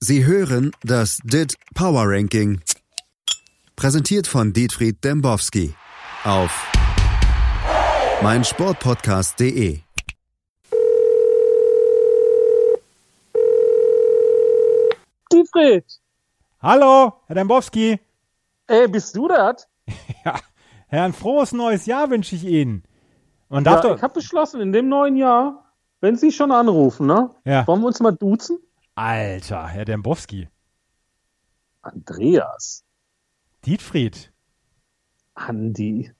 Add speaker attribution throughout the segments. Speaker 1: Sie hören das DIT Power Ranking. Präsentiert von Dietfried Dembowski auf meinsportpodcast.de.
Speaker 2: Dietfried,
Speaker 3: Hallo, Herr Dembowski.
Speaker 2: ey, bist du das?
Speaker 3: Ja, Herrn, frohes neues Jahr wünsche ich Ihnen. Man darf
Speaker 2: ja,
Speaker 3: doch.
Speaker 2: ich habe beschlossen, in dem neuen Jahr, wenn Sie schon anrufen, ne?
Speaker 3: Ja.
Speaker 2: Wollen wir uns mal duzen?
Speaker 3: Alter, Herr Dembowski.
Speaker 2: Andreas,
Speaker 3: Dietfried.
Speaker 2: Andi,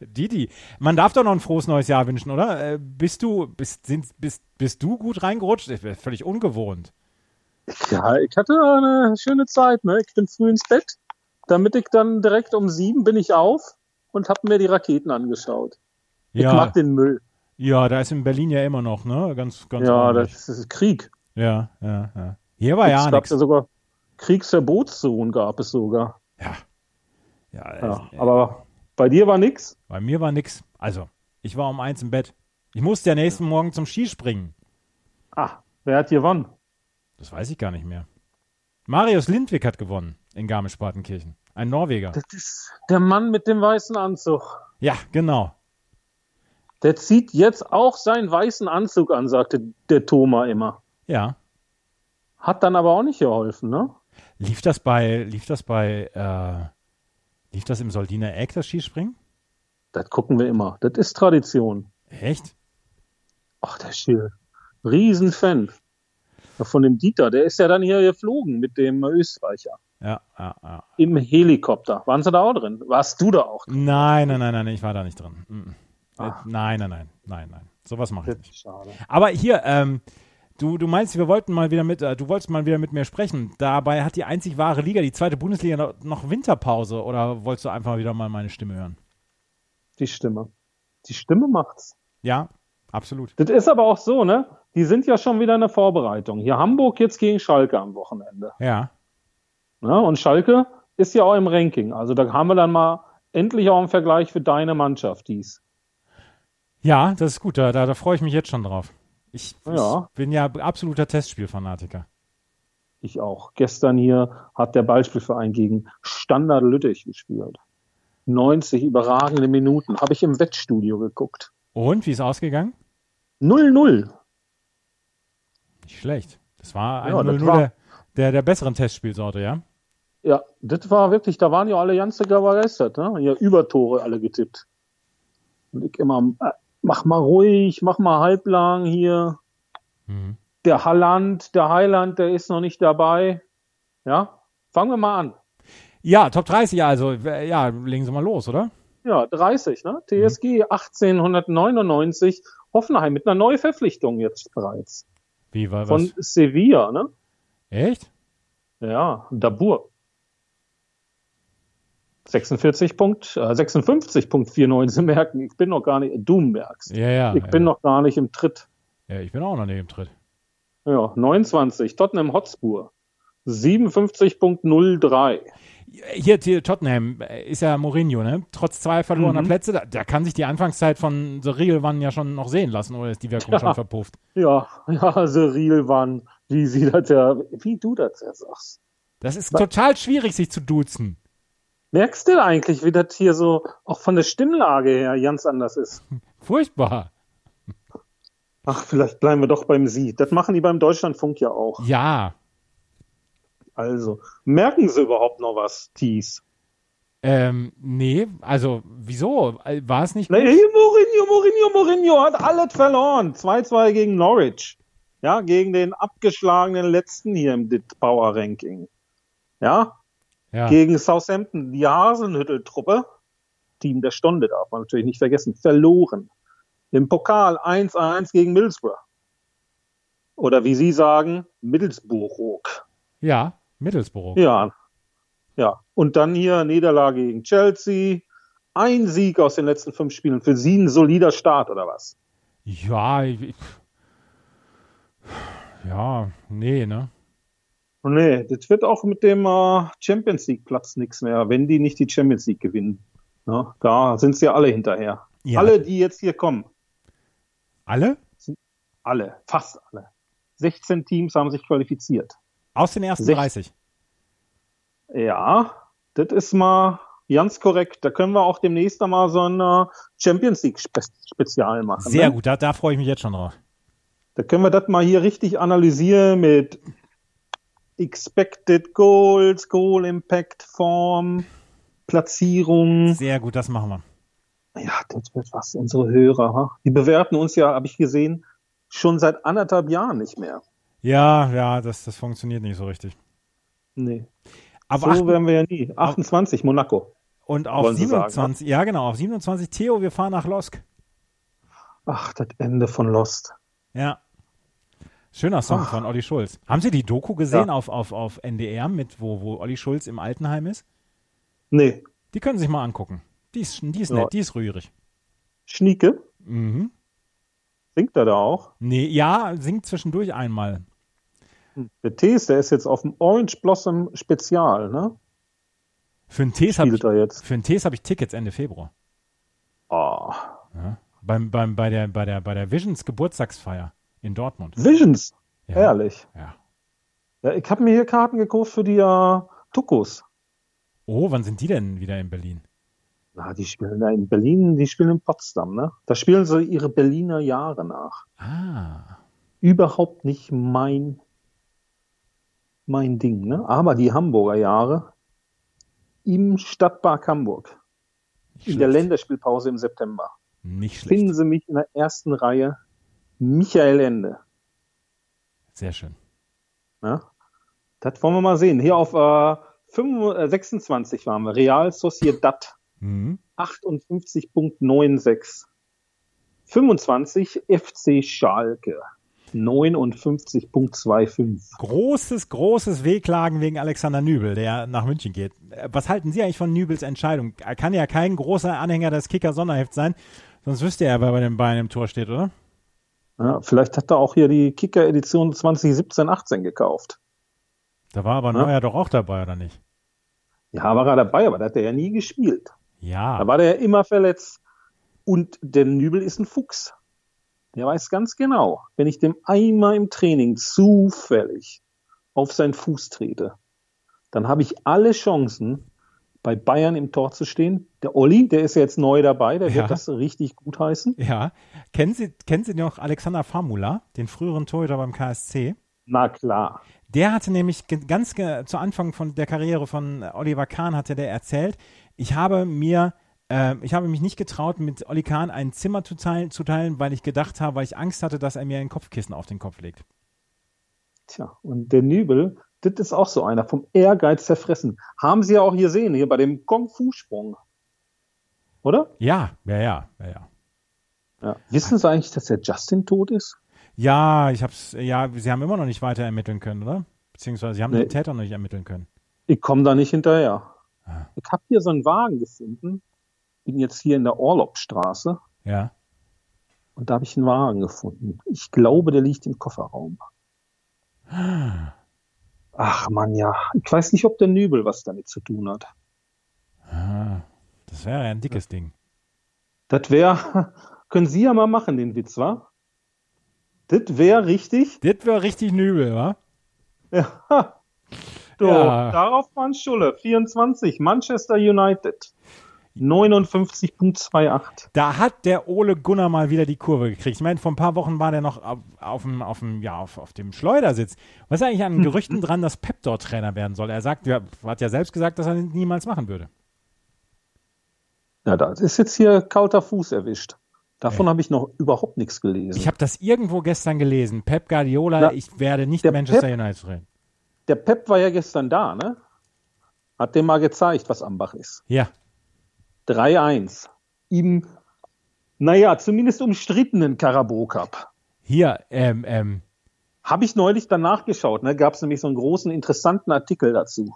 Speaker 3: Didi. Man darf doch noch ein frohes neues Jahr wünschen, oder? Äh, bist du, bist, sind, bist, bist du gut reingerutscht? Ich bin völlig ungewohnt.
Speaker 2: ja, ich hatte eine schöne Zeit, ne? Ich bin früh ins Bett, damit ich dann direkt um sieben bin ich auf und habe mir die Raketen angeschaut. Ich
Speaker 3: Ja,
Speaker 2: mag den Müll.
Speaker 3: ja, da ist in Berlin ja immer noch, ne? Ganz, ganz
Speaker 2: Ja,
Speaker 3: ordentlich.
Speaker 2: das ist Krieg.
Speaker 3: ja, ja, ja. Hier war
Speaker 2: es
Speaker 3: ja
Speaker 2: gab
Speaker 3: nichts.
Speaker 2: ja sogar Kriegsverbotszonen gab es sogar.
Speaker 3: Ja. Ja,
Speaker 2: Ja,
Speaker 3: es-
Speaker 2: aber bei dir war nix.
Speaker 3: bei mir war nix. Also, ich war um eins im Bett. Ich musste ja nächsten Morgen zum Skispringen.
Speaker 2: Ah, wer hat gewonnen?
Speaker 3: Das weiß ich gar nicht mehr. Marius Lindwig hat gewonnen in Garmisch-Partenkirchen. Ein Norweger.
Speaker 2: Das ist der Mann mit dem weißen Anzug.
Speaker 3: Ja, genau.
Speaker 2: Der zieht jetzt auch seinen weißen Anzug an, sagte der Thoma immer.
Speaker 3: Ja.
Speaker 2: Hat dann aber auch nicht geholfen, ne?
Speaker 3: Lief das bei, lief das bei, äh, lief das im Soldiner Eck, das Skispringen?
Speaker 2: Das gucken wir immer. Das ist Tradition.
Speaker 3: Echt?
Speaker 2: Ach, der Schill. Riesenfan. Von dem Dieter, der ist ja dann hier geflogen mit dem Österreicher.
Speaker 3: Ja, ja, ja.
Speaker 2: Im Helikopter. Waren sie da auch drin? Warst du da auch drin?
Speaker 3: Nein, nein, nein, nein, ich war da nicht drin. Mm. Äh, Nein, nein, nein, nein, nein. Sowas mache ich
Speaker 2: Das
Speaker 3: nicht.
Speaker 2: ist Schade.
Speaker 3: Aber hier, ähm, du, du meinst, wir wollten mal wieder mit, äh, du wolltest mal wieder mit mir sprechen. Dabei hat die einzig wahre Liga, die zweite Bundesliga, noch, noch Winterpause. Oder wolltest du einfach wieder mal meine Stimme hören?
Speaker 2: Die Stimme. Die Stimme macht's.
Speaker 3: Ja, absolut.
Speaker 2: Das ist aber auch so, ne? Die sind ja schon wieder in der Vorbereitung. Hier Hamburg jetzt gegen Schalke am Wochenende.
Speaker 3: Ja.
Speaker 2: Ne? Und Schalke ist ja auch im Ranking. Also da haben wir dann mal endlich auch einen Vergleich für deine Mannschaft dies.
Speaker 3: Ja, das ist gut. Da, da, da freue ich mich jetzt schon drauf. Ich,
Speaker 2: Ja.
Speaker 3: ich bin ja absoluter Testspielfanatiker.
Speaker 2: Ich auch. Gestern hier hat der Ballspielverein gegen Standard Lüttich gespielt. 90 überragende Minuten. Habe ich im Wettstudio geguckt.
Speaker 3: Und wie ist ausgegangen?
Speaker 2: 0-0.
Speaker 3: Nicht schlecht. Das war ein
Speaker 2: Ja, das
Speaker 3: 0-0
Speaker 2: war-
Speaker 3: der, der, der besseren Testspielsorte, ja?
Speaker 2: Ja, das war wirklich, da waren ja alle ganz begeistert. Ne? Ja, Übertore alle getippt. Und ich immer, äh, mach mal ruhig, mach mal halblang hier.
Speaker 3: Mhm.
Speaker 2: der Halland, der Heiland, der ist noch nicht dabei. Ja, fangen wir mal an.
Speaker 3: Ja, Top 30 also. W- Ja, legen Sie mal los, oder?
Speaker 2: Ja, 30, ne?
Speaker 3: Mhm.
Speaker 2: TSG 1899, Hoffenheim mit einer Neuverpflichtung jetzt bereits.
Speaker 3: Wie war
Speaker 2: Von
Speaker 3: was?
Speaker 2: Sevilla, ne?
Speaker 3: Echt?
Speaker 2: Ja, Dabur. 46 Punkt, äh, 56.49 Sie merken, ich bin noch gar nicht, du merkst.
Speaker 3: Ja, ja.
Speaker 2: ich
Speaker 3: ja.
Speaker 2: bin noch gar nicht im Tritt.
Speaker 3: ja, ich bin auch noch neben dem Tritt.
Speaker 2: Ja, 29, Tottenham Hotspur. 57.03.
Speaker 3: Hier, hier Tottenham äh, ist ja Mourinho, ne? Trotz zwei verlorener
Speaker 2: Mhm.
Speaker 3: Plätze, da, da kann sich die Anfangszeit von The Real One ja schon noch sehen lassen, oder ist die Wirkung
Speaker 2: Ja.
Speaker 3: schon verpufft?
Speaker 2: Ja, ja, also Cyril Wann, wie sie das ja, wie du das ja sagst.
Speaker 3: Das ist
Speaker 2: Was-
Speaker 3: total schwierig, sich zu duzen.
Speaker 2: Merkst du eigentlich, wie das hier so auch von der Stimmlage her ganz anders ist?
Speaker 3: Furchtbar.
Speaker 2: Ach, vielleicht bleiben wir doch beim Sie. Das machen die beim Deutschlandfunk ja auch.
Speaker 3: Ja,
Speaker 2: Also, merken sie überhaupt noch was, Thies?
Speaker 3: ähm, nee, also wieso? Äh, War es nicht?
Speaker 2: Nee, Mourinho, Mourinho, Mourinho hat alles verloren. 2-2 gegen Norwich. Ja, gegen den abgeschlagenen Letzten hier im Dit Power Ranking. Ja,
Speaker 3: Ja,
Speaker 2: gegen Southampton, die Hasenhüttel-Truppe, Team der Stunde darf man natürlich nicht vergessen, verloren. Im Pokal 1-1 gegen Middlesbrough. Oder wie Sie sagen, Middlesbrough.
Speaker 3: ja Middlesbrough.
Speaker 2: Ja. Ja. Und dann hier Niederlage gegen Chelsea. Ein Sieg aus den letzten fünf Spielen. Für Sie ein solider Start, oder was?
Speaker 3: Ja, ich, ich, ja, nee, ne?
Speaker 2: Nee, das wird auch mit dem äh, Champions League-Platz nichts mehr, wenn die nicht die Champions League gewinnen. Ja, da sind sie ja alle hinterher.
Speaker 3: Ja.
Speaker 2: Alle, die jetzt hier kommen.
Speaker 3: Alle?
Speaker 2: alle, fast alle. 16 Teams haben sich qualifiziert.
Speaker 3: Aus den ersten
Speaker 2: Sech-
Speaker 3: 30.
Speaker 2: Ja, das ist mal ganz korrekt. Da können wir auch demnächst mal so ein äh, Champions League Spe Spezial machen.
Speaker 3: Sehr
Speaker 2: ne?
Speaker 3: gut, da, da freue ich mich jetzt schon drauf.
Speaker 2: Da können wir das mal hier richtig analysieren mit Expected Goals, Goal Impact, Form, Platzierung.
Speaker 3: Sehr gut, das machen wir.
Speaker 2: Ja, das wird was, unsere Hörer. Ha? Die bewerten uns ja, habe ich gesehen, schon seit anderthalb Jahren nicht mehr.
Speaker 3: Ja, ja, das, das funktioniert nicht so richtig.
Speaker 2: Nee,
Speaker 3: Aber
Speaker 2: so
Speaker 3: ach,
Speaker 2: werden wir ja nie. 28, Monaco.
Speaker 3: und auf
Speaker 2: wollen Sie sagen, ne?
Speaker 3: 27, ja genau, auf 27, Theo, wir fahren nach Losk.
Speaker 2: Ach, das Ende von Lost.
Speaker 3: Ja. Schöner Song von Olli Schulz. Haben Sie die Doku gesehen
Speaker 2: Ah. Ja.
Speaker 3: auf, auf, auf NDR, mit wo, wo Olli Schulz im Altenheim ist?
Speaker 2: Nee,
Speaker 3: Die können Sie sich mal angucken. Die ist, die ist
Speaker 2: Ja.
Speaker 3: nett, die ist rührig.
Speaker 2: Schnieke,
Speaker 3: Mhm.
Speaker 2: singt er da auch?
Speaker 3: Nee, ja, singt zwischendurch einmal.
Speaker 2: Der Tees, der ist jetzt auf dem Orange Blossom Spezial, ne?
Speaker 3: Für einen Tees habe ich,
Speaker 2: Spielt er jetzt.
Speaker 3: für einen Tees hab ich Tickets Ende Februar.
Speaker 2: Oh.
Speaker 3: Beim, beim, bei, der, bei, der, bei der Visions Geburtstagsfeier in Dortmund.
Speaker 2: Visions,
Speaker 3: Ja.
Speaker 2: ehrlich.
Speaker 3: Ja.
Speaker 2: Ja, ich habe mir hier Karten gekauft für die äh, Tukos.
Speaker 3: Oh, wann sind die denn wieder in Berlin?
Speaker 2: Na, die spielen da in Berlin, die spielen in Potsdam, ne? Da spielen sie ihre Berliner Jahre nach.
Speaker 3: Ah.
Speaker 2: Überhaupt nicht mein, mein Ding, ne? Aber die Hamburger Jahre im Stadtpark Hamburg,
Speaker 3: Nicht
Speaker 2: in der
Speaker 3: schlecht.
Speaker 2: Länderspielpause im September.
Speaker 3: Nicht schlecht.
Speaker 2: Finden Sie mich in der ersten Reihe Michael Ende.
Speaker 3: Sehr schön.
Speaker 2: Ja, das wollen wir mal sehen. Hier auf äh, 5, äh, 26 waren wir. Real Sociedad
Speaker 3: Mhm.
Speaker 2: 58.96. 25 FC Schalke 59.25.
Speaker 3: Großes, großes Wehklagen wegen Alexander Nübel, der nach München geht. Äh, Was halten Sie eigentlich von Nübels Entscheidung? Er kann ja kein großer Anhänger des Kicker-Sonderhefts sein, sonst wüsste er, wer bei dem Bein im Tor steht, oder?
Speaker 2: Ja, vielleicht hat er auch hier die Kicker-Edition 2017-18 gekauft.
Speaker 3: Da war aber
Speaker 2: Ja.
Speaker 3: Neuer doch auch dabei, oder nicht?
Speaker 2: Ja, war er dabei, aber da hat er ja nie gespielt. Da
Speaker 3: Ja.
Speaker 2: war der ja immer verletzt. Und der Nübel ist ein Fuchs. Der weiß ganz genau, wenn ich dem einmal im Training zufällig auf seinen Fuß trete, dann habe ich alle Chancen, bei Bayern im Tor zu stehen. Der Olli, der ist ja jetzt neu dabei, der
Speaker 3: Ja.
Speaker 2: wird das richtig gut heißen.
Speaker 3: Ja. Kennen Sie, kennen Sie noch Alexander Famula, den früheren Torhüter beim KSC?
Speaker 2: Na klar.
Speaker 3: Der hatte nämlich ge- ganz ge- zu Anfang von der Karriere von Oliver Kahn hatte der erzählt, ich habe mir, äh, ich habe mich nicht getraut, mit Olli Kahn ein Zimmer zu teilen, zu teilen, weil ich gedacht habe, weil ich Angst hatte, dass er mir ein Kopfkissen auf den Kopf legt.
Speaker 2: Tja, und der Nübel, das ist auch so einer, vom Ehrgeiz zerfressen. Haben Sie ja auch hier sehen, hier bei dem Kung-Fu-Sprung. Oder?
Speaker 3: Ja, ja, ja, ja, ja.
Speaker 2: Ja. Wissen Sie eigentlich, dass der Justin tot ist?
Speaker 3: Ja, ich hab's, ja, sie haben immer noch nicht weiter ermitteln können, oder? Beziehungsweise sie haben
Speaker 2: Nee.
Speaker 3: den Täter noch nicht ermitteln können.
Speaker 2: Ich komme da nicht hinterher.
Speaker 3: Ah.
Speaker 2: Ich habe hier so einen Wagen gefunden. Bin jetzt hier in der Orlobstraße
Speaker 3: Ja.
Speaker 2: und da habe ich einen Wagen gefunden. Ich glaube, der liegt im Kofferraum. Ach man, ja. Ich weiß nicht, ob der Nübel was damit zu tun hat.
Speaker 3: Ah, das wäre ja ein dickes Ding.
Speaker 2: Das wäre, können Sie ja mal machen, den Witz, wa? Das wäre richtig.
Speaker 3: Das wäre richtig nübel, wa?
Speaker 2: Ja. So,
Speaker 3: Ja.
Speaker 2: darauf waren Schulle. 24, Manchester United. 59.28.
Speaker 3: Da hat der Ole Gunnar mal wieder die Kurve gekriegt. Ich meine, vor ein paar Wochen war der noch auf, auf, dem, auf, dem, ja, auf, auf dem Schleudersitz. Was ist eigentlich
Speaker 2: Hm.
Speaker 3: an Gerüchten dran, dass Pep dort Trainer werden soll? Er sagt, ja, hat ja selbst gesagt, dass er das niemals machen würde.
Speaker 2: Na, da ist jetzt hier kalter Fuß erwischt. Davon habe ich noch überhaupt nichts gelesen.
Speaker 3: Ich habe das irgendwo gestern gelesen. Pep Guardiola,
Speaker 2: Na,
Speaker 3: ich werde nicht
Speaker 2: der
Speaker 3: Manchester
Speaker 2: Pep-
Speaker 3: United trainieren.
Speaker 2: der Pep war ja gestern da, ne? Hat dem mal gezeigt, was Ambach ist.
Speaker 3: Ja,
Speaker 2: 3-1. Im, naja, zumindest umstrittenen Carabao Cup.
Speaker 3: hier, ähm, ähm,
Speaker 2: Habe ich neulich danach geschaut, ne? Gab es nämlich so einen großen, interessanten Artikel dazu.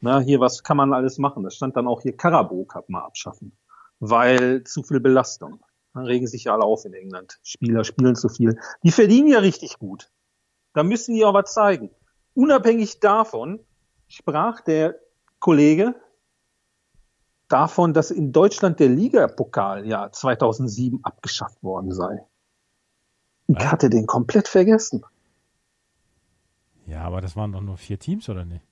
Speaker 2: Na, hier, was kann man alles machen? Das stand dann auch hier Carabao Cup mal abschaffen. Weil zu viel Belastung. Da regen sich ja alle auf in England. Spieler spielen zu viel. Die verdienen ja richtig gut. Da müssen die auch was zeigen. Unabhängig davon sprach der Kollege davon, dass in Deutschland der Ligapokal ja 2007 abgeschafft worden sei. Ich hatte den komplett vergessen.
Speaker 3: Ja, aber das waren doch nur vier Teams, oder nicht?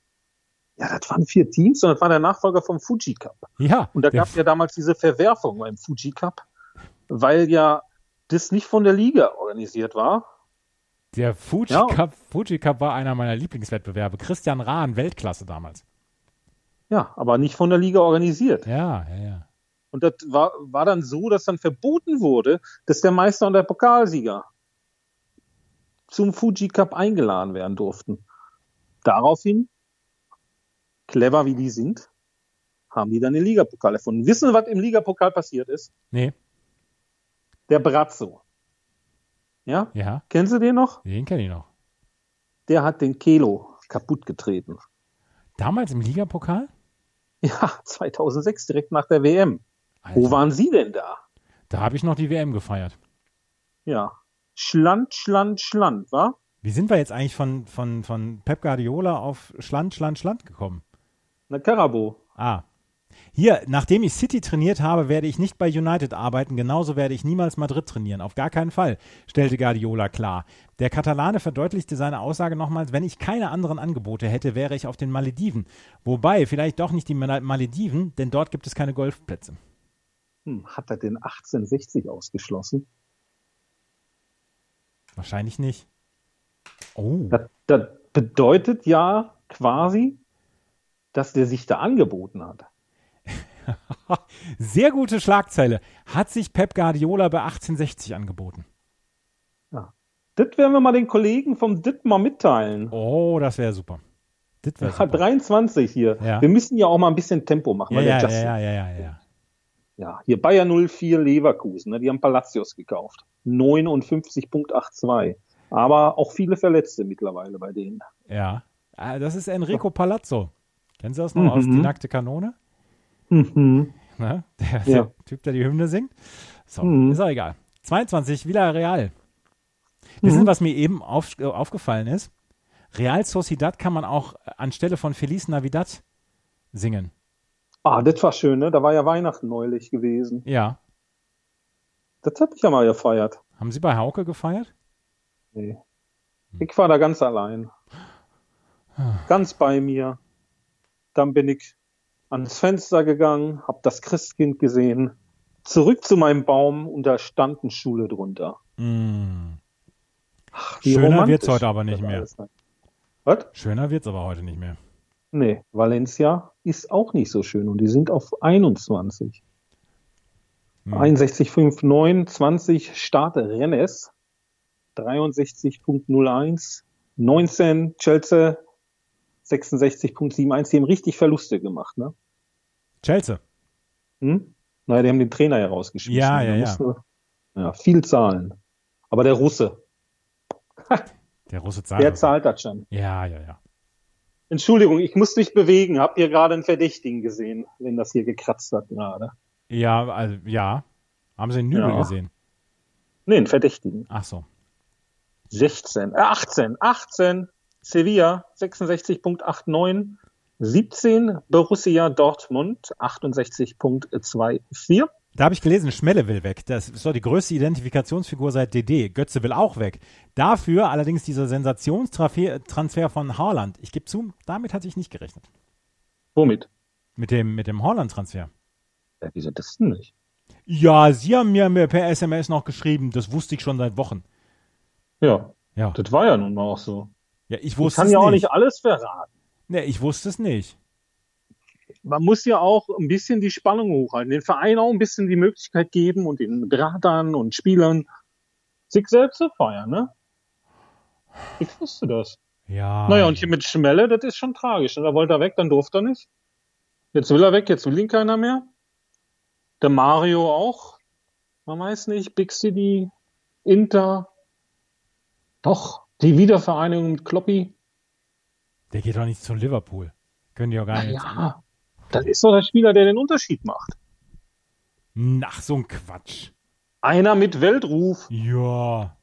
Speaker 2: Ja, das waren vier Teams und das war der Nachfolger vom Fuji Cup.
Speaker 3: Ja.
Speaker 2: Und da
Speaker 3: der
Speaker 2: gab es ja damals diese Verwerfung beim Fuji Cup, weil ja das nicht von der Liga organisiert war.
Speaker 3: Der Fuji,
Speaker 2: Ja.
Speaker 3: Cup, Fuji Cup war einer meiner Lieblingswettbewerbe. Christian Rahn, Weltklasse damals.
Speaker 2: Ja, aber nicht von der Liga organisiert.
Speaker 3: Ja, ja, ja.
Speaker 2: Und das war, war dann so, dass dann verboten wurde, dass der Meister und der Pokalsieger zum Fuji Cup eingeladen werden durften. Daraufhin, clever wie die sind, haben die dann den Ligapokal erfunden. Wissen, was im Ligapokal passiert ist?
Speaker 3: Nee,
Speaker 2: Der Brazzo. Ja?
Speaker 3: ja,
Speaker 2: Kennen Sie den noch?
Speaker 3: den kenne ich noch.
Speaker 2: Der hat den Kelo kaputt getreten.
Speaker 3: Damals im Ligapokal?
Speaker 2: Ja, 2006, direkt nach der WM.
Speaker 3: Alter,
Speaker 2: Wo waren Sie denn da?
Speaker 3: Da habe ich noch die WM gefeiert.
Speaker 2: Ja. Schland, Schland, Schland, wa?
Speaker 3: Wie sind wir jetzt eigentlich von, von, von Pep Guardiola auf Schland, Schland, Schland gekommen?
Speaker 2: Na, Carabo.
Speaker 3: Ah. Hier, nachdem ich City trainiert habe, werde ich nicht bei United arbeiten. Genauso werde ich niemals Madrid trainieren. Auf gar keinen Fall, stellte Guardiola klar. Der Katalane verdeutlichte seine Aussage nochmals, wenn ich keine anderen Angebote hätte, wäre ich auf den Malediven. Wobei, vielleicht doch nicht die Mal- Malediven, denn dort gibt es keine Golfplätze.
Speaker 2: Hm, hat er den 1860 ausgeschlossen?
Speaker 3: Wahrscheinlich nicht. Oh.
Speaker 2: Das, das bedeutet ja quasi, dass der sich da angeboten hat.
Speaker 3: Sehr gute Schlagzeile. Hat sich Pep Guardiola bei 1860 angeboten.
Speaker 2: Das werden wir mal den Kollegen vom DIT mal mitteilen.
Speaker 3: Oh, das wäre super. Das wäre
Speaker 2: Ja,
Speaker 3: super.
Speaker 2: 23 hier.
Speaker 3: Ja.
Speaker 2: Wir müssen ja auch mal ein bisschen Tempo machen.
Speaker 3: Ja,
Speaker 2: weil
Speaker 3: ja,
Speaker 2: der
Speaker 3: ja,
Speaker 2: Justin-
Speaker 3: ja, ja, ja, ja.
Speaker 2: Ja, hier Bayer 04 Leverkusen, ne, die haben Palacios gekauft. 59.82. Aber auch viele Verletzte mittlerweile bei denen.
Speaker 3: Ja. Ah, Das ist Enrico Palazzo. Kennen Sie das noch aus
Speaker 2: Mhm.
Speaker 3: Die nackte Kanone? Ne? Der, der
Speaker 2: Ja.
Speaker 3: Typ, der die Hymne singt. So,
Speaker 2: Mhm.
Speaker 3: ist auch egal. 22, Villarreal.
Speaker 2: Mhm.
Speaker 3: Wissen Sie, was mir eben auf, äh, aufgefallen ist? Real Sociedad kann man auch äh, anstelle von Feliz Navidad singen.
Speaker 2: Ah, das war schön, ne? Da war ja Weihnachten neulich gewesen.
Speaker 3: Ja.
Speaker 2: Das hab ich ja mal gefeiert.
Speaker 3: Haben Sie bei Hauke gefeiert?
Speaker 2: Nee. Ich war da ganz allein. Ganz bei mir. Dann bin ich ans Fenster gegangen, hab das Christkind gesehen, zurück zu meinem Baum und da stand eine Schule drunter.
Speaker 3: Mm.
Speaker 2: Ach,
Speaker 3: Schöner
Speaker 2: romantisch
Speaker 3: wird's heute aber nicht
Speaker 2: das
Speaker 3: mehr.
Speaker 2: alles sein. Was?
Speaker 3: Schöner wird's aber heute nicht mehr.
Speaker 2: Nee, Valencia ist auch nicht so schön und die sind auf 21.
Speaker 3: Hm.
Speaker 2: 61,59, 20 Start Rennes, 63,01, 19 Chelsea, 66,71. Die haben richtig Verluste gemacht, ne?
Speaker 3: Chelsea.
Speaker 2: Hm? Naja, die haben den Trainer ja rausgeschmissen.
Speaker 3: Ja,
Speaker 2: Da
Speaker 3: ja, ja.
Speaker 2: musste- ja. Viel zahlen. Aber der Russe,
Speaker 3: Der Russe zahlt.
Speaker 2: der
Speaker 3: das.
Speaker 2: zahlt das schon.
Speaker 3: Ja, ja, ja.
Speaker 2: Entschuldigung, ich muss mich bewegen. Habt ihr gerade einen Verdächtigen gesehen, wenn das hier gekratzt hat gerade?
Speaker 3: Ja, also, ja. Haben Sie den Nübel
Speaker 2: Ja.
Speaker 3: gesehen?
Speaker 2: Nee, einen Verdächtigen.
Speaker 3: Ach so.
Speaker 2: 16, äh, 18, 18, Sevilla 66.89, 17, Borussia Dortmund 68.24.
Speaker 3: Da habe ich gelesen, Schmelle will weg. Das ist doch die größte Identifikationsfigur seit DD. Götze will auch weg. Dafür allerdings dieser Sensationstransfer von Haaland. Ich gebe zu, damit hatte ich nicht gerechnet.
Speaker 2: Womit?
Speaker 3: Mit dem, mit dem Haaland-Transfer.
Speaker 2: Ja, wieso das denn nicht?
Speaker 3: Ja, Sie haben mir mir per SMS noch geschrieben. Das wusste ich schon seit Wochen.
Speaker 2: Ja,
Speaker 3: Ja,
Speaker 2: das war ja nun mal auch so.
Speaker 3: ja ich
Speaker 2: Man
Speaker 3: wusste
Speaker 2: kann
Speaker 3: es
Speaker 2: ja auch
Speaker 3: nicht.
Speaker 2: nicht alles verraten.
Speaker 3: Nee, Ne, ich wusste es nicht.
Speaker 2: Man muss ja auch ein bisschen die Spannung hochhalten, den Verein auch ein bisschen die Möglichkeit geben und den Beratern und Spielern sich selbst zu feiern, ne? Ich wusste das.
Speaker 3: Ja.
Speaker 2: Naja, und hier mit Schmelle, das ist schon tragisch. ne? Da wollte er weg, dann durfte er nicht. Jetzt will er weg, jetzt will ihn keiner mehr. Der Mario auch. Man weiß nicht, Big City, Inter. Doch, die Wiedervereinigung mit Kloppi.
Speaker 3: Der geht doch nicht zu Liverpool. Können die auch gar nicht.
Speaker 2: Ja, das ist doch der Spieler, der den Unterschied macht.
Speaker 3: Hm, Ach, so ein Quatsch.
Speaker 2: Einer mit Weltruf.
Speaker 3: Ja.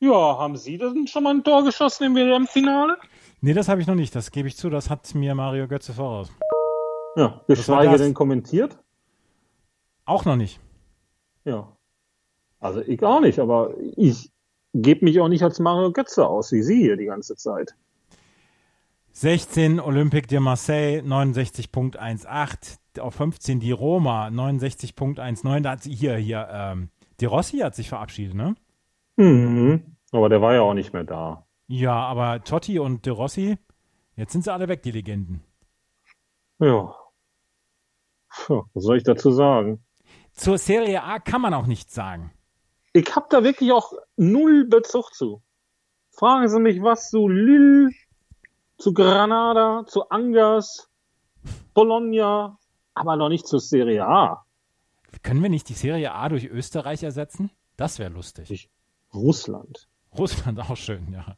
Speaker 2: Ja, haben Sie denn schon mal ein Tor geschossen im WM-Finale?
Speaker 3: Nee, das habe ich noch nicht. Das gebe ich zu. Das hat mir Mario Götze voraus.
Speaker 2: Ja,
Speaker 3: war
Speaker 2: geschweige
Speaker 3: das?
Speaker 2: denn kommentiert.
Speaker 3: Auch noch nicht.
Speaker 2: Ja. Also ich auch nicht, aber ich gebe mich auch nicht als Mario Götze aus, wie Sie hier die ganze Zeit.
Speaker 3: 16 Olympique de Marseille 69.18, auf 15 die Roma 69.19. Da hat sie hier, hier, ähm, De Rossi hat sich verabschiedet, ne?
Speaker 2: Mhm. Aber der war ja auch nicht mehr da.
Speaker 3: Ja, aber Totti und De Rossi, jetzt sind sie alle weg, die Legenden.
Speaker 2: Ja. Puh, was soll ich dazu sagen?
Speaker 3: Zur Serie A kann man auch nichts sagen.
Speaker 4: Ich habe da wirklich auch null Bezug zu. Fragen Sie mich was zu Lille, zu Granada, zu Angers, Bologna, aber noch nicht zur Serie A.
Speaker 3: Können wir nicht die Serie A durch Österreich ersetzen? Das wäre lustig.
Speaker 4: Ich- Russland.
Speaker 3: Russland auch schön, ja.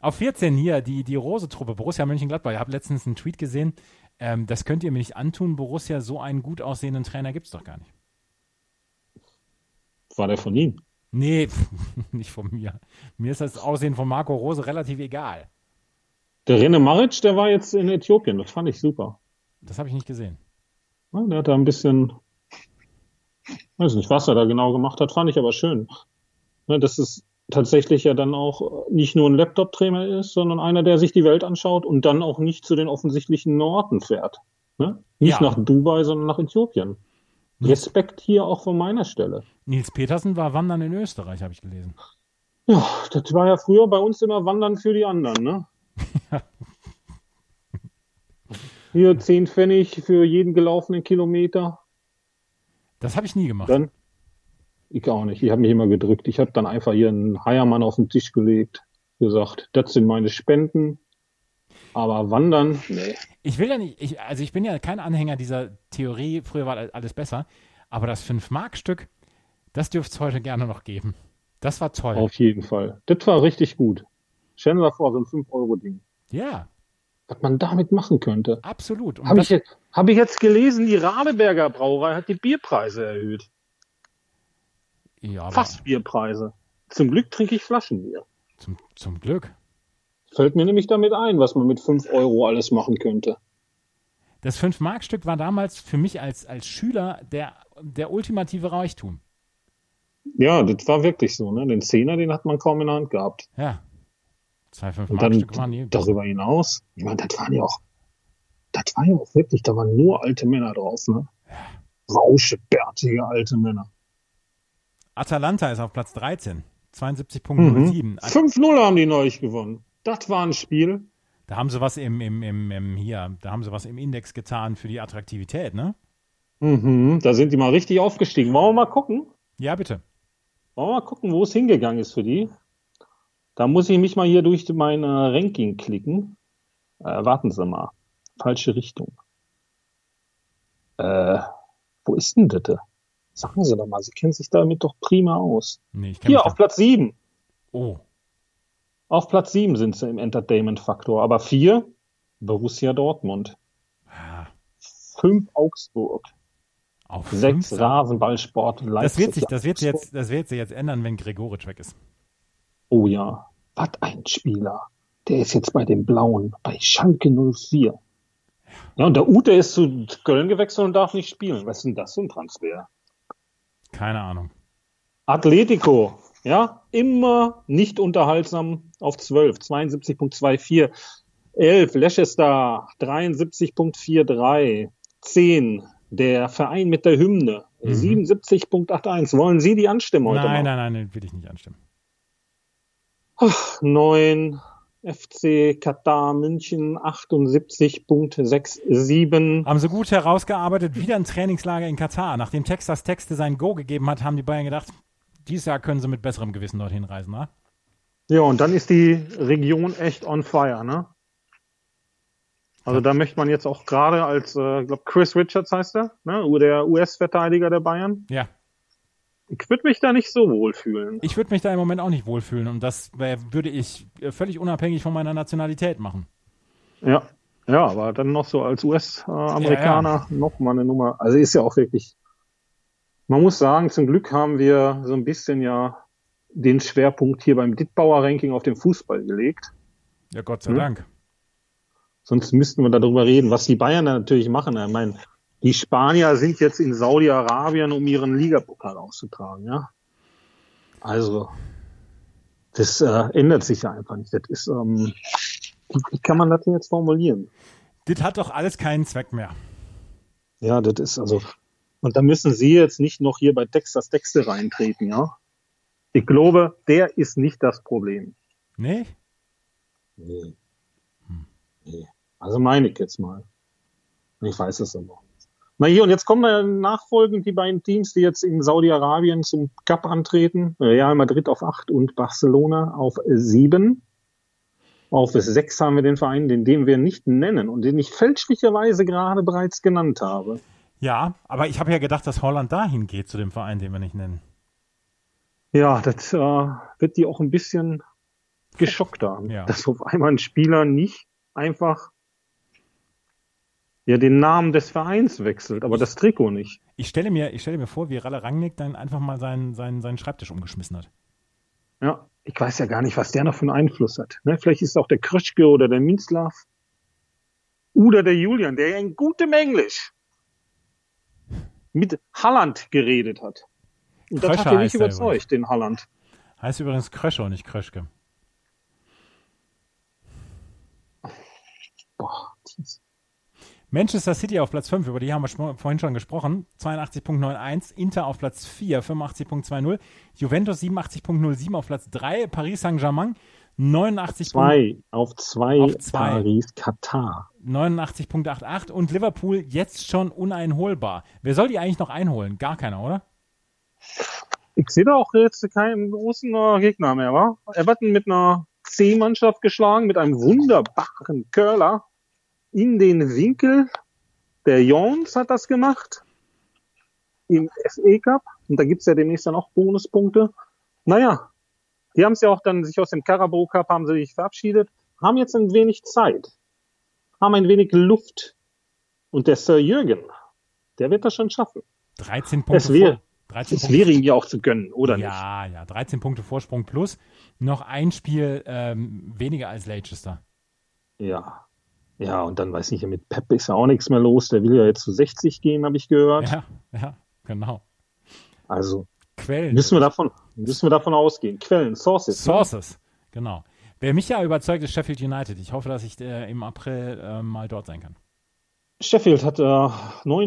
Speaker 3: Auf 14 hier, die, die Rose-Truppe, Borussia Mönchengladbach. Ich habe letztens einen Tweet gesehen. Ähm, das könnt ihr mir nicht antun. Borussia, so einen gut aussehenden Trainer gibt es doch gar nicht.
Speaker 2: War der von ihm?
Speaker 3: Nee, nicht von mir. Mir ist das Aussehen von Marco Rose relativ egal.
Speaker 2: Der Rene Maric, der war jetzt in Äthiopien. Das fand ich super.
Speaker 3: Das habe ich nicht gesehen.
Speaker 2: Ja, der hat da ein bisschen, weiß nicht, was er da genau gemacht hat, fand ich aber schön. Ne, dass es tatsächlich ja dann auch nicht nur ein Laptop-Trainer ist, sondern einer, der sich die Welt anschaut und dann auch nicht zu den offensichtlichen Orten fährt. Ne? Nicht
Speaker 3: Ja.
Speaker 2: nach Dubai, sondern nach Äthiopien. Respekt hier auch von meiner Stelle.
Speaker 3: Nils Petersen war wandern in Österreich, habe ich gelesen.
Speaker 2: Ja, das war ja früher bei uns immer Wandern für die anderen, ne? Hier 10 Pfennig für jeden gelaufenen Kilometer.
Speaker 3: Das habe ich nie gemacht.
Speaker 2: Dann? Ich auch nicht. Ich habe mich immer gedrückt. Ich habe dann einfach hier einen Heiermann auf den Tisch gelegt, gesagt, das sind meine Spenden. Aber wandern, nee.
Speaker 3: Ich will ja nicht, ich, also ich bin ja kein Anhänger dieser Theorie, früher war alles besser, aber das 5-Mark-Stück, das dürfte es heute gerne noch geben. Das war toll.
Speaker 2: auf jeden Fall. Das war richtig gut. Stellen Sie mal vor, so ein 5-Euro-Ding.
Speaker 3: Ja,
Speaker 2: Was man damit machen könnte.
Speaker 3: absolut. Und
Speaker 2: Habe ich
Speaker 3: das,
Speaker 2: jetzt,
Speaker 4: Habe ich jetzt gelesen, die Radeberger Brauerei hat die Bierpreise erhöht.
Speaker 3: ja, aber
Speaker 4: Fassbierpreise.
Speaker 2: zum Glück trinke ich Flaschenbier.
Speaker 3: Zum, zum Glück.
Speaker 2: Fällt mir nämlich damit ein, was man mit 5 Euro alles machen könnte.
Speaker 3: Das 5-Mark-Stück war damals für mich als, als Schüler der, der ultimative Reichtum.
Speaker 2: Ja, das war wirklich so. Ne? Den Zehner, den hat man kaum in der Hand gehabt.
Speaker 3: Ja. Zwei
Speaker 2: Und dann
Speaker 3: 5-Mark-Stück waren die.
Speaker 2: darüber hinaus, ich meine, das waren ja auch, das war ja auch wirklich, da waren nur alte Männer drauf, ne? Rauschebärtige alte Männer.
Speaker 3: Atalanta ist auf Platz 13.
Speaker 2: Mhm.
Speaker 3: 72.07. At-
Speaker 2: 5-0 haben die neulich gewonnen. Das war ein Spiel.
Speaker 3: Da haben sie was im, im, im, im, hier, da haben sie was im Index getan für die Attraktivität, ne?
Speaker 2: Mhm, da sind die mal richtig aufgestiegen. Wollen wir mal gucken?
Speaker 3: Ja, bitte.
Speaker 2: Wollen wir mal gucken, wo es hingegangen ist für die? Da muss ich mich mal hier durch mein äh, Ranking klicken. Äh, warten Sie mal. Falsche Richtung. Äh, wo ist denn das? da? Sagen Sie doch mal, Sie kennen sich damit doch prima aus.
Speaker 3: Nee, ich kenn
Speaker 2: Hier,
Speaker 3: mich
Speaker 2: auf
Speaker 3: da-
Speaker 2: Platz 7.
Speaker 3: Oh,
Speaker 2: Auf Platz 7 sind sie im Entertainment-Faktor. Aber 4, Borussia Dortmund.
Speaker 3: Ah,
Speaker 2: 5, Augsburg.
Speaker 3: auf
Speaker 2: 6,
Speaker 3: 15.
Speaker 2: Rasenballsport
Speaker 3: Das
Speaker 2: Leipzig.
Speaker 3: wird sich, das wird sich jetzt, das wird sich jetzt ändern, wenn Gregoritsch weg ist.
Speaker 2: Oh ja, was ein Spieler. Der ist jetzt bei den Blauen, bei Schalke 04. Ja, und der Ute ist zu Köln gewechselt und darf nicht spielen. Was ist denn das für ein Transfer?
Speaker 3: Keine Ahnung.
Speaker 2: Atletico, ja, immer nicht unterhaltsam auf 12, 72.24, 11, Leicester, 73.43, 10, der Verein mit der Hymne, 77.81. Wollen Sie die anstimmen heute?
Speaker 3: Nein,
Speaker 2: noch?
Speaker 3: nein, nein, den will ich nicht anstimmen.
Speaker 2: 9, FC Katar München 78.67.
Speaker 3: Haben sie gut herausgearbeitet, wieder ein Trainingslager in Katar. Nachdem Texas Texte sein Go gegeben hat, haben die Bayern gedacht, dieses Jahr können sie mit besserem Gewissen dorthin reisen, ne?
Speaker 4: Ja, und dann ist die Region echt on fire, ne? Also da möchte man jetzt auch gerade als, äh, ich glaube, Chris Richards heißt er, ne? der US-Verteidiger der Bayern.
Speaker 3: Ja.
Speaker 4: Ich würde mich da nicht so wohl fühlen.
Speaker 3: Ich würde mich da im Moment auch nicht wohlfühlen und das wär, würde ich äh, völlig unabhängig von meiner Nationalität machen.
Speaker 4: Ja, ja, aber dann noch so als US-Amerikaner noch mal eine Nummer. Also ist ja auch wirklich.
Speaker 2: Man muss sagen, zum Glück haben wir so ein bisschen ja den Schwerpunkt hier beim Dittbauer-Ranking auf den Fußball gelegt.
Speaker 3: Ja, Gott sei Dank.
Speaker 2: Sonst müssten wir darüber reden, was die Bayern da natürlich machen. Ich meine, die Spanier sind jetzt in Saudi-Arabien, um ihren Ligapokal auszutragen, ja. Also, das äh, ändert sich ja einfach nicht. Das ist, ähm, Wie kann man das denn jetzt formulieren?
Speaker 3: Das hat doch alles keinen Zweck mehr.
Speaker 2: Ja, das ist also. Und da müssen Sie jetzt nicht noch hier bei Texas Texte reintreten, ja? Ich glaube, der ist nicht das Problem.
Speaker 3: Nee?
Speaker 2: Nee. nee. Also meine ich jetzt mal. Ich weiß es aber. Na hier, und jetzt kommen wir nachfolgend die beiden Teams, die jetzt in Saudi-Arabien zum Cup antreten. Real Madrid auf 8 und Barcelona auf 7. Auf 6 haben wir den Verein, den, den wir nicht nennen und den ich fälschlicherweise gerade bereits genannt habe.
Speaker 3: Ja, aber ich habe ja gedacht, dass Holland dahin geht zu dem Verein, den wir nicht nennen.
Speaker 2: Ja, das äh, wird die auch ein bisschen geschockt haben,
Speaker 3: Ja.
Speaker 2: dass auf einmal ein Spieler nicht einfach ja, den Namen des Vereins wechselt, aber das Trikot nicht.
Speaker 3: Ich stelle mir, ich stelle mir vor, wie Ralle Rangnick dann einfach mal seinen, seinen, seinen Schreibtisch umgeschmissen hat.
Speaker 2: Ja, ich weiß ja gar nicht, was der noch für einen Einfluss hat. Ne? Vielleicht ist auch der Krischke oder der Minzlaff oder der Julian, der ja in gutem Englisch mit Halland geredet hat. Und das
Speaker 3: Kröscher
Speaker 2: hat er
Speaker 3: heißt
Speaker 2: nicht
Speaker 3: er
Speaker 2: überzeugt, den Halland.
Speaker 3: Heißt übrigens Krösche und nicht Kröschke.
Speaker 2: Boah, dies-
Speaker 3: Manchester City auf Platz 5, über die haben wir schmo- vorhin schon gesprochen, 82.91, Inter auf Platz 4, 85.20, Juventus 87.07 auf Platz 3, Paris Saint-Germain 89.
Speaker 2: zwei auf zwei,
Speaker 3: um Auf zwei.
Speaker 2: Paris, Katar.
Speaker 3: 89.88 und Liverpool jetzt schon uneinholbar. Wer soll die eigentlich noch einholen? Gar keiner, oder?
Speaker 2: Ich sehe da auch jetzt keinen großen äh, Gegner mehr, wa? Everton mit einer C-Mannschaft geschlagen, mit einem wunderbaren Curler in den Winkel. Der Jones hat das gemacht im FA Cup. Und da gibt's ja demnächst dann auch Bonuspunkte. Naja, die haben's ja auch dann sich aus dem Carabao Cup, haben sie sich verabschiedet, haben jetzt ein wenig Zeit, haben ein wenig Luft. Und der Sir Jürgen, der wird das schon schaffen.
Speaker 3: 13 Punkte.
Speaker 2: Es wäre-
Speaker 3: vor- 13
Speaker 2: Es
Speaker 3: Punkte.
Speaker 2: wäre ihm ja auch zu gönnen, oder nicht?
Speaker 3: ja, ja, 13 Punkte Vorsprung plus noch ein Spiel ähm, weniger als Leicester.
Speaker 2: Ja. Ja, und dann weiß ich ja, mit Pep ist ja auch nichts mehr los. Der will ja jetzt zu 60 gehen, habe ich gehört.
Speaker 3: Ja, ja, genau.
Speaker 2: Also
Speaker 3: Quellen.
Speaker 2: müssen wir davon, müssen wir davon ausgehen. Quellen, Sources.
Speaker 3: Sources, genau. Wer mich ja überzeugt, ist Sheffield United. Ich hoffe, dass ich äh, im April äh, mal dort sein kann.
Speaker 2: Sheffield hat äh,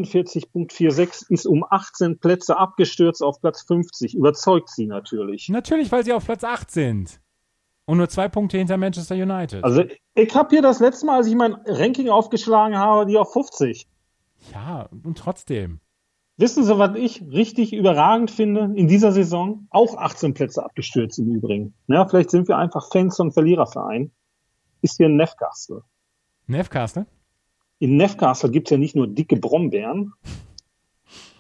Speaker 2: 49.46, ist um 18 Plätze abgestürzt auf Platz 50. Überzeugt sie natürlich.
Speaker 3: Natürlich, weil sie auf Platz 8 sind. Und nur zwei Punkte hinter Manchester United.
Speaker 2: Also ich habe hier das letzte Mal, als ich mein Ranking aufgeschlagen habe, die auf 50.
Speaker 3: ja, und trotzdem.
Speaker 2: Wissen Sie, was ich richtig überragend finde? In dieser Saison auch 18 Plätze abgestürzt im Übrigen. Ja, vielleicht sind wir einfach Fans von Verliererverein. Ist hier Nefkastel.
Speaker 3: Nefcastle?
Speaker 2: In Nefkastel gibt es ja nicht nur dicke Brombeeren,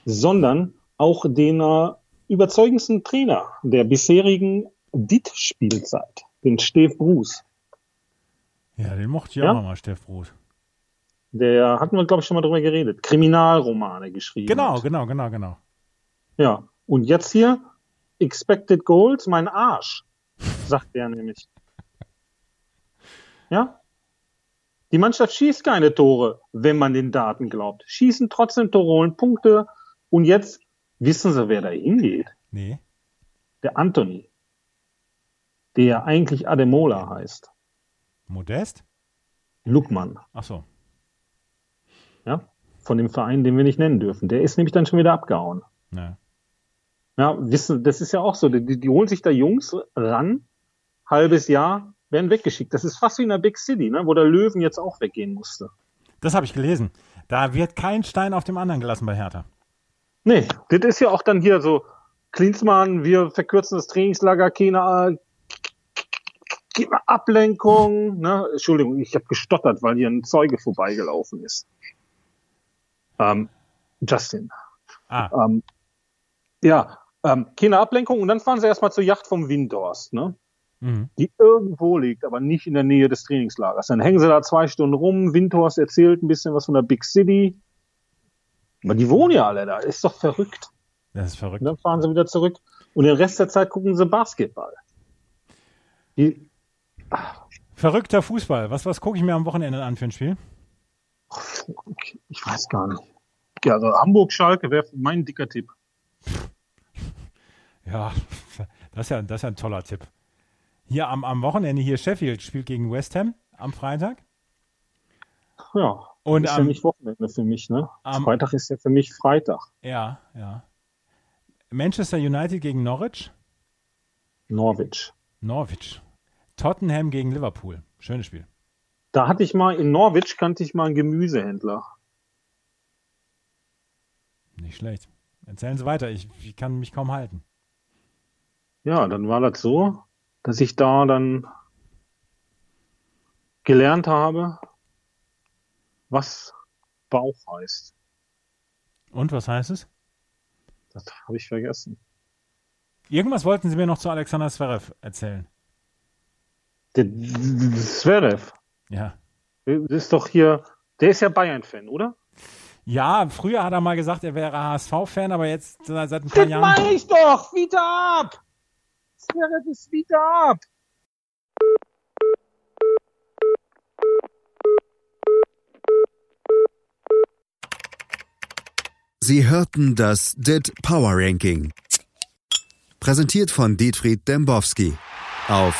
Speaker 2: sondern auch den äh, überzeugendsten Trainer der bisherigen DIT-Spielzeit, den Steve Bruce.
Speaker 3: Ja, den mochte ich
Speaker 2: Ja?
Speaker 3: auch noch mal, Steff Roth.
Speaker 2: Der hatten wir, glaube ich, schon mal drüber geredet. Kriminalromane geschrieben.
Speaker 3: Genau,
Speaker 2: hat.
Speaker 3: genau, genau, genau.
Speaker 2: Ja. Und jetzt hier Expected Goals, mein Arsch, sagt er nämlich. Ja? Die Mannschaft schießt keine Tore, wenn man den Daten glaubt. Schießen trotzdem Tore, holen Punkte. Und jetzt wissen sie, wer da hingeht.
Speaker 3: Nee.
Speaker 2: Der Anthony. Der ja eigentlich Ademola heißt.
Speaker 3: Modest?
Speaker 2: Luckmann.
Speaker 3: Ach so.
Speaker 2: Ja? Von dem Verein, den wir nicht nennen dürfen. Der ist nämlich dann schon wieder abgehauen.
Speaker 3: Ne.
Speaker 2: Ja, wissen, das ist ja auch so. Die, die holen sich da Jungs ran, halbes Jahr, werden weggeschickt. Das ist fast wie in der Big City, ne, wo der Löwen jetzt auch weggehen musste.
Speaker 3: Das habe ich gelesen. Da wird kein Stein auf dem anderen gelassen bei Hertha.
Speaker 2: Nee, das ist ja auch dann hier so, Klinsmann, wir verkürzen das Trainingslager, keine äh, keine Ablenkung. Ne? Entschuldigung, ich habe gestottert, weil hier ein Zeuge vorbeigelaufen ist. Ähm, Justin.
Speaker 3: Ah,
Speaker 2: Ähm, ja, ähm, keine Ablenkung. Und dann fahren sie erstmal zur Yacht vom Windhorst. Ne?
Speaker 3: mhm.
Speaker 2: die irgendwo liegt, aber nicht in der Nähe des Trainingslagers. Dann hängen sie da zwei Stunden rum. Windhorst erzählt ein bisschen was von der Big City. Aber die wohnen ja alle da. Ist doch verrückt.
Speaker 3: das ist verrückt.
Speaker 2: Und dann fahren sie wieder zurück. Und den Rest der Zeit gucken sie Basketball. Die,
Speaker 3: Verrückter Fußball. Was, was gucke ich mir am Wochenende an für ein Spiel?
Speaker 2: ich weiß gar nicht. Ja, also Hamburg-Schalke wäre mein dicker Tipp.
Speaker 3: Ja, das ist ja, das ist ja ein toller Tipp. Hier am, am Wochenende hier Sheffield spielt gegen West Ham. am Freitag.
Speaker 2: Ja.
Speaker 3: Und
Speaker 2: ist ja
Speaker 3: am-
Speaker 2: nicht Wochenende für mich, ne?
Speaker 3: am-
Speaker 2: Freitag ist ja für mich Freitag.
Speaker 3: Ja, ja. Manchester United gegen Norwich.
Speaker 2: Norwich.
Speaker 3: Norwich. Tottenham gegen Liverpool. Schönes Spiel.
Speaker 2: Da hatte ich mal, in Norwich kannte ich mal einen Gemüsehändler.
Speaker 3: Nicht schlecht. Erzählen Sie weiter. Ich, ich kann mich kaum halten.
Speaker 2: Ja, dann war das so, dass ich da dann gelernt habe, was Bauch heißt.
Speaker 3: Und was heißt es?
Speaker 2: Das habe ich vergessen.
Speaker 3: Irgendwas wollten Sie mir noch zu Alexander Zverev erzählen.
Speaker 2: Der Zverev,
Speaker 3: Ja.
Speaker 2: das ist doch hier, der ist ja Bayern-Fan, oder?
Speaker 3: Ja, früher hat er mal gesagt, er wäre HSV-Fan, aber jetzt seit seit ein paar
Speaker 5: Das
Speaker 3: Jahren.
Speaker 5: meine ich doch! Wieder ab! Zverev ist wieder ab!
Speaker 1: Sie hörten das DIT Power Ranking. Präsentiert von Dietfried Dembowski auf